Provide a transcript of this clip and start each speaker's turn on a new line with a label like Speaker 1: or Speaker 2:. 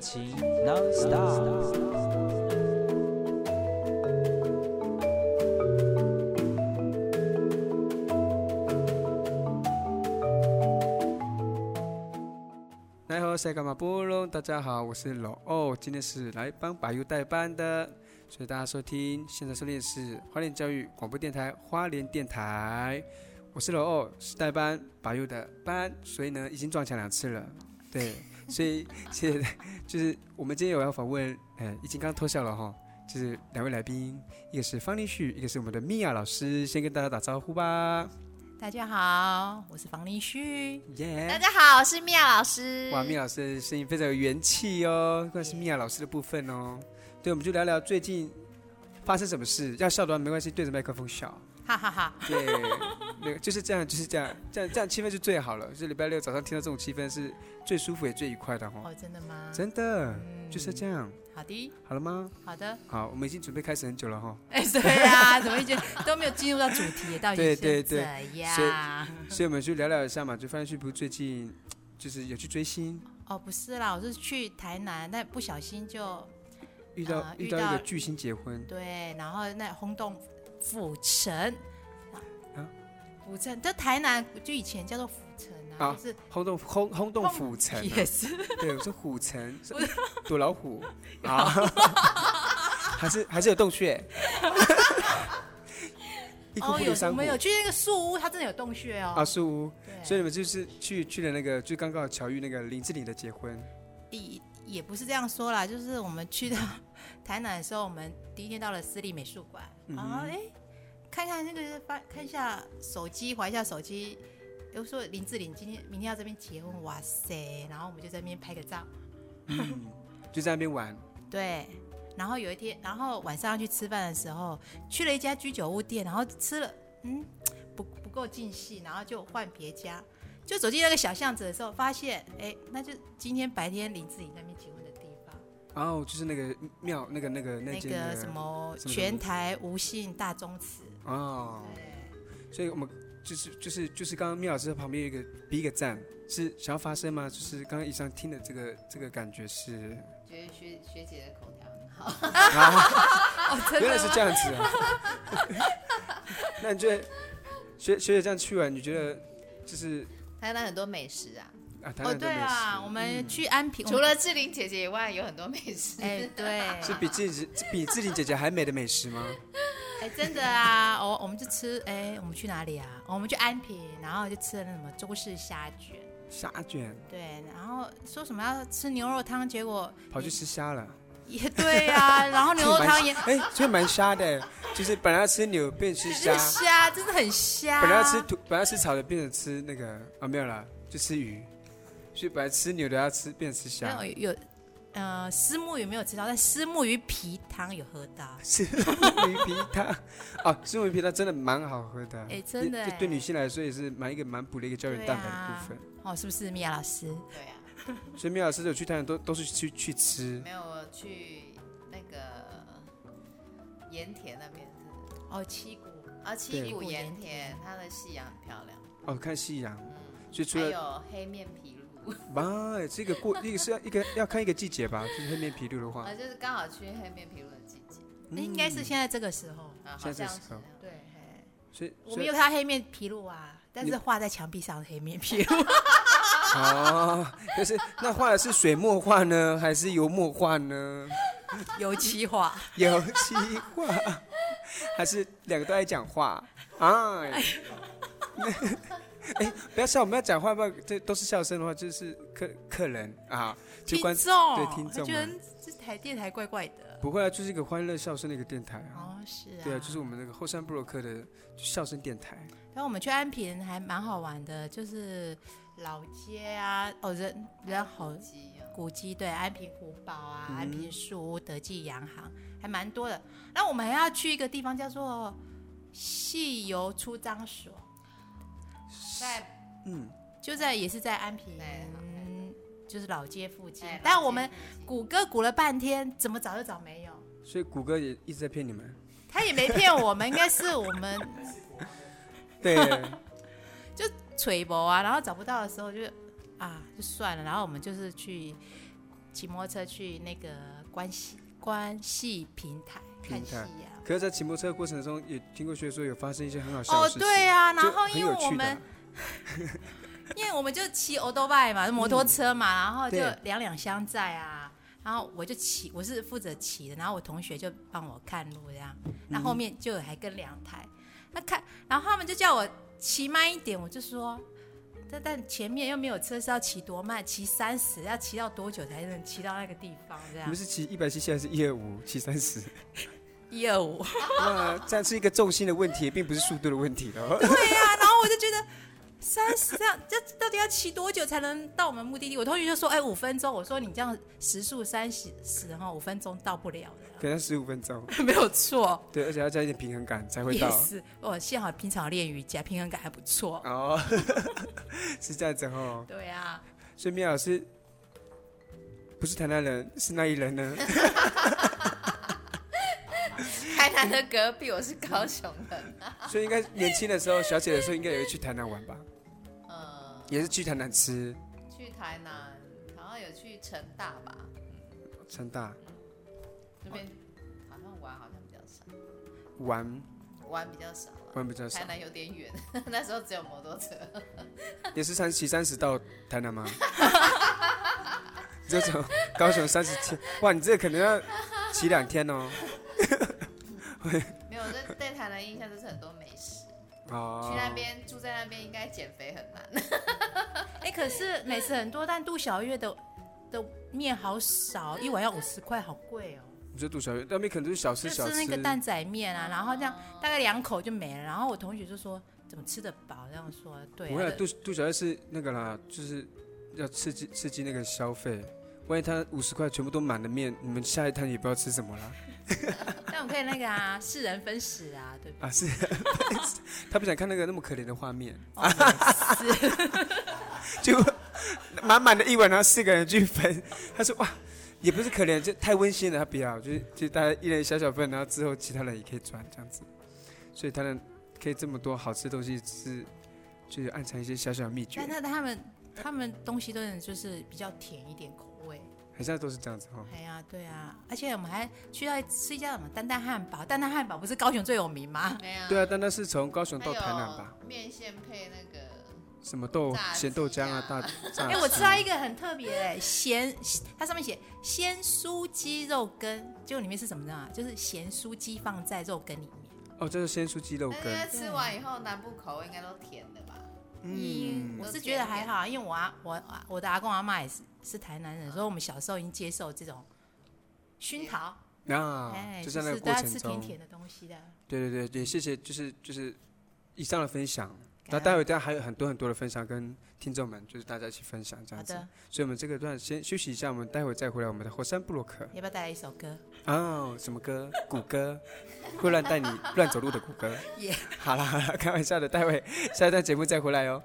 Speaker 1: 情 non stop。
Speaker 2: 来和塞干马波隆，大家好，我是老欧，今天是来帮把优代班的，所以大家收听现在收听的是花莲教育广播电台花莲电台，我是老欧，是代班把优的班，所以呢已经撞墙两次了，对，所以 谢谢，就是我们今天有要访问，呃，已经刚脱校了哈，就是两位来宾，一个是方立旭，一个是我们的米娅老师，先跟大家打招呼吧，
Speaker 3: 大家好，我是房立旭。
Speaker 2: 耶、
Speaker 4: 大家好，我是米娅老师。
Speaker 2: 哇，米老师的声音非常有元气哦，关是米娅老师的部分哦。对，我们就聊聊最近发生什么事。要笑的话没关系，对着麦克风笑。
Speaker 3: 哈哈哈，
Speaker 2: 对，那个就是这样，就是这样，这样这样气氛就最好了。就是礼拜六早上听到这种气氛是最舒服也最愉快的哦。
Speaker 3: 哦，真的吗？
Speaker 2: 真的
Speaker 3: 嗯
Speaker 2: 就是这样，
Speaker 3: 好的，
Speaker 2: 好了吗？
Speaker 3: 好的。
Speaker 2: 好，我们已经准备开始很久了哦哈，
Speaker 3: 哎，对啊，怎么一直都没有进入到主题，到底
Speaker 2: 对
Speaker 3: 是
Speaker 2: 对对
Speaker 3: 怎样？
Speaker 2: 所以我们就聊聊一下嘛。就发现去不是最近就是有去追星，
Speaker 3: 哦，不是啦，我是去台南，但不小心就
Speaker 2: 遇到、
Speaker 3: 啊
Speaker 2: 遇
Speaker 3: 遇
Speaker 2: 到一个
Speaker 3: 到
Speaker 2: 巨星结婚，
Speaker 3: 对，然后那轰动府城
Speaker 2: 啊
Speaker 3: 啊，府城，这台南就以前叫做府城啊，
Speaker 2: 啊
Speaker 3: 就是
Speaker 2: 轰动轰轰动
Speaker 3: 轰
Speaker 2: 府城、啊，
Speaker 3: 也是
Speaker 2: 对，我是虎城，是 躲老 虎啊，还是还是有洞 穴，一哭
Speaker 3: 哦，
Speaker 2: 不如
Speaker 3: 有
Speaker 2: 三
Speaker 3: 我
Speaker 2: 虎
Speaker 3: 们有去那个树屋，它真的有洞穴哦，
Speaker 2: 啊，树屋，所以
Speaker 3: 对，
Speaker 2: 你们就是去去了那个，就刚刚好巧遇那个林志玲的结婚，
Speaker 3: 第也不是这样说啦，就是我们去到 台南的时候，我们第一天到了私立美术馆，
Speaker 2: 嗯
Speaker 3: 然后哎，看看那个发看一下手机，划一下手机，又说林志玲今天明天要这边结婚，哇塞，然后我们就在那边拍个照，
Speaker 2: 嗯，就在那边玩，
Speaker 3: 对。然后有一天，然后晚上要去吃饭的时候，去了一家居酒屋店，然后吃了，嗯，不不够尽兴，然后就换别家。就走进那个小巷子的时候，发现，哎，那就今天白天林志颖那边结婚的地方，
Speaker 2: 然后就是那个庙，那个那个那
Speaker 3: 那
Speaker 2: 间
Speaker 3: 个
Speaker 2: 的
Speaker 3: 什么
Speaker 2: 什么
Speaker 3: 全台无信大宗祠，
Speaker 2: 哦，所以我们就是就是就是刚刚米老师旁边有一个比一个赞，是想要发声吗？就是刚刚以上听的这个这个感觉是，
Speaker 4: 觉得学学姐的口条很好，
Speaker 2: 啊。
Speaker 3: 哦， 真
Speaker 2: 原来是这样子啊。 那你觉得学学姐这样去完，你觉得就是
Speaker 4: 台南很多美食啊，
Speaker 2: 啊，台南
Speaker 3: 哦，
Speaker 2: 很多
Speaker 3: 对
Speaker 2: 美
Speaker 3: 啊，
Speaker 2: 食
Speaker 3: 我们去安平，
Speaker 4: 除了志玲姐姐以外，有很多美食。
Speaker 3: 哎，对，
Speaker 2: 是比自己比志玲姐姐还美的美食吗？
Speaker 3: 哎，真的啊，我我们就吃，哎，我们去哪里啊？我们去安平，然后就吃了那什么中式虾卷，
Speaker 2: 虾卷
Speaker 3: 对，然后说什么要吃牛肉汤，结果
Speaker 2: 跑去吃虾了，
Speaker 3: 也对呀、然后牛肉汤也
Speaker 2: 哎，所以 蛮虾的，就是本来要吃牛变成吃虾
Speaker 3: 很，瞎，真的很瞎。
Speaker 2: 本来要吃土本来要吃草的变成吃那个啊没有啦，就吃鱼，所以本来吃牛的要吃变成吃虾
Speaker 3: 没，有有，呃，丝木鱼没有吃到，但丝木鱼皮汤有喝到。
Speaker 2: 吃鱼皮汤 啊，吃鱼皮汤真的蛮好喝的，
Speaker 3: 哎真的
Speaker 2: 也就
Speaker 3: 哎
Speaker 2: 对女性来说也是蛮一个蛮补的一个胶原
Speaker 3: 对
Speaker 2: 蛋白的部分。
Speaker 3: 哦，是不是米娅老师？
Speaker 4: 对啊，
Speaker 2: 所以米老师有去台南都都是去去吃
Speaker 4: 没有我去那个盐田那边是
Speaker 3: 哦，七股
Speaker 4: 啊，七
Speaker 3: 对
Speaker 4: 股盐田，它的夕阳很漂亮，
Speaker 2: 哦，看夕阳。
Speaker 3: 嗯
Speaker 2: 所以除
Speaker 4: 还
Speaker 2: 了
Speaker 4: 有黑面琵鹭，
Speaker 2: 妈呀，这个过一个是要一个要看一个季节吧， 就是黑面琵鹭的话
Speaker 3: 呃
Speaker 4: 啊，，就是刚好去黑面琵鹭的季节
Speaker 3: 那应该是
Speaker 2: 嗯
Speaker 3: 现在这个时候。
Speaker 4: 啊，好
Speaker 2: 现在
Speaker 4: 像
Speaker 2: 这
Speaker 4: 是
Speaker 2: 时候
Speaker 3: 对，
Speaker 2: 所以
Speaker 3: 我
Speaker 2: 所
Speaker 3: 们
Speaker 2: 以
Speaker 3: 有看到黑面皮鹭啊，但
Speaker 2: 你
Speaker 3: 是画在墙壁上的黑面皮鹭，
Speaker 2: 哦， 可是那画的是水墨画呢，还是油墨画呢？
Speaker 3: 油漆画。
Speaker 2: 油漆画，还是两个都爱讲话啊？ 哎，不要笑，我们要讲话，不然这都是笑声的话，就是客客人啊， 就
Speaker 3: 听
Speaker 2: 关
Speaker 3: 众
Speaker 2: 对听众
Speaker 3: 觉
Speaker 2: 们
Speaker 3: 得这台电台怪怪的。
Speaker 2: 不会啊，就是一个欢乐笑声的一个电台啊。
Speaker 3: 哦，是啊。
Speaker 2: 对啊，就是我们那个后山布洛克的就笑声电台，
Speaker 3: 然后我们去安平还蛮好玩的，就是老街啊，哦人人好
Speaker 4: 鸡
Speaker 3: 古迹，对，安平古堡啊，
Speaker 2: 嗯
Speaker 3: 安平树屋、德记洋行，还蛮多的。那我们还要去一个地方叫做戏游出张所，
Speaker 4: 在
Speaker 2: 嗯，
Speaker 3: 就在也是在安平
Speaker 4: 对好，
Speaker 3: 嗯就是老街附近
Speaker 4: 在。
Speaker 3: 但
Speaker 4: 老
Speaker 3: 我
Speaker 4: 街
Speaker 3: 们
Speaker 4: 附近
Speaker 3: 谷歌谷了半天，怎么找都找没有，
Speaker 2: 所以谷歌也一直在骗你 们。
Speaker 3: 他也没骗我们，应该是我们
Speaker 2: 对，
Speaker 3: 垂博啊，然后找不到的时候就啊就算了，然后我们就是去骑摩托车去那个关系关系平台看啊
Speaker 2: 平
Speaker 3: 夕
Speaker 2: 台
Speaker 3: 阳。
Speaker 2: 可是，在骑摩托车的过程中，也听过学说有发生一些很好笑的
Speaker 3: 哦，
Speaker 2: 事情，
Speaker 3: 对啊，然
Speaker 2: 就
Speaker 3: 后
Speaker 2: 很
Speaker 3: 因
Speaker 2: 有
Speaker 3: 为我
Speaker 2: 趣的
Speaker 3: 们
Speaker 2: 啊，
Speaker 3: 因为我们就骑 o d o b i 嘛，摩托车嘛，然后
Speaker 2: 嗯
Speaker 3: 就
Speaker 2: 对
Speaker 3: 两两相载啊。然后我就骑，我是负责骑的，然后我同学就帮我看路这样。
Speaker 2: 嗯
Speaker 3: 那后面就有还跟两台，那看，然后他们就叫我骑慢一点，我就说，但但前面又没有车，是要骑多慢？骑三十，要骑到多久才能骑到那个地方？这
Speaker 2: 你
Speaker 3: 样
Speaker 2: 们是骑一百七七还是一二五骑三十？
Speaker 3: 一二五，
Speaker 2: 那这嗯样是一个重心的问题，并不是速度的问题哦。
Speaker 3: 对呀、然后我就觉得三十这样，这到底要骑多久才能到我们目的地？我同学就说：“哎、五分钟。”我说：“你这样时速三十十哈，五分钟到不了
Speaker 2: 可能十五分钟，
Speaker 3: 的，没有错。
Speaker 2: 对，而且要加一点平衡感才”会
Speaker 3: 也
Speaker 2: 到。
Speaker 3: 是，我幸好平常有练瑜伽，平衡感还不错。
Speaker 2: 哦， 是这样子哦。
Speaker 3: 对啊，
Speaker 2: 所以米娅老师不是台南人，是哪里人呢？
Speaker 4: 台南的隔壁，我是高雄人。
Speaker 2: 所以应该年轻的时候，小姐的时候应该也会去台南玩吧，
Speaker 4: 嗯，
Speaker 2: 也是去台南吃
Speaker 3: 嗯
Speaker 4: 去台南，好像有去成大吧，
Speaker 2: 成大
Speaker 4: 这边好像玩好像比较少，
Speaker 2: 玩
Speaker 4: 玩比较少了。
Speaker 2: 玩比较少
Speaker 4: 台，南有点远， 那时候只有摩托车。
Speaker 2: 也是三骑三十到台南吗？ 你这种高雄三十天，哇，你这可能要骑两天哦。
Speaker 4: 没有，对对台南印象就是很多美食。
Speaker 2: 哦，
Speaker 4: 去那边住在那边应该减肥很难。
Speaker 3: 哎、可是美食很多，但杜小月的的面好少，一碗要五十块，好贵哦。
Speaker 2: 你说杜小月那边可能就是小
Speaker 3: 就
Speaker 2: 吃小
Speaker 3: 是
Speaker 2: 吃，
Speaker 3: 那个蛋仔面啊，然后这样大概两口就没了。然后我同学就说：“怎么吃得饱？”这样说，对、
Speaker 2: 不会啊
Speaker 3: 啊，，
Speaker 2: 杜杜小月是那个啦，就是要刺激刺激那个消费。万一他五十块全部都满了面，你们下一摊也不知道吃什么啦。
Speaker 3: 但我们可以那个啊，世人分食啊，对不对？
Speaker 2: 啊，是， 他不想看那个那么可怜的画面，
Speaker 3: 是，
Speaker 2: 就满满的一碗，然后四个人去分。他说哇，也不是可怜，就太温馨了，他不要，就是就大家一人小小份，然后之后其他人也可以转这样子。所以他们可以这么多好吃的东西，只是就是暗藏一些小小的秘诀
Speaker 3: 但，那他们他们东西都是就是比较甜一点口味。
Speaker 2: 好像都是这样子哦。
Speaker 3: 哎呀，对啊，而且我们还去到吃一家什么丹丹汉堡，丹丹汉堡不是高雄最有名吗？
Speaker 4: 没有
Speaker 2: 对啊，但那是从高雄
Speaker 4: 还
Speaker 2: 到
Speaker 4: 有
Speaker 2: 台南吧？
Speaker 4: 面线配那个
Speaker 2: 什么豆
Speaker 4: 炸鸡
Speaker 2: 咸豆浆啊，大
Speaker 4: 啊
Speaker 2: 炸。
Speaker 3: 哎、我吃到一个很特别的、咸，它上面写鲜酥鸡肉羹，结果里面是什么呢？就是咸酥鸡放在肉羹里面。
Speaker 2: 哦，这是鲜蔬鸡肉
Speaker 4: 但是
Speaker 2: 羹，
Speaker 4: 因为吃完以后南部口味应该都甜的吧？
Speaker 3: 嗯，我是觉得还好啊，因为我啊，我啊我的阿公阿妈也是是台南人，所以我们小时候已经接受这种熏陶，
Speaker 2: 啊，
Speaker 3: 哎，
Speaker 2: 就
Speaker 3: 就
Speaker 2: 在那个
Speaker 3: 是都
Speaker 2: 过
Speaker 3: 要
Speaker 2: 程
Speaker 3: 吃甜
Speaker 2: 中，
Speaker 3: 甜的东西的。
Speaker 2: 对对对，也谢谢，就是就是以上的分享。那
Speaker 3: 感
Speaker 2: 待
Speaker 3: 恩
Speaker 2: 会儿大家还有很多很多的分享跟听众们，就是大家一起分享这
Speaker 3: 好
Speaker 2: 样子。
Speaker 3: 的，
Speaker 2: 所以我们这个段先休息一下，我们待会儿再回来我们的火山布洛克。
Speaker 3: 要不要带来一首歌？
Speaker 2: 哦，什么歌？谷歌，会 乱带你乱走路的谷歌。
Speaker 3: 耶
Speaker 2: 好啦好啦，开玩笑的，待会下一段节目再回来哦。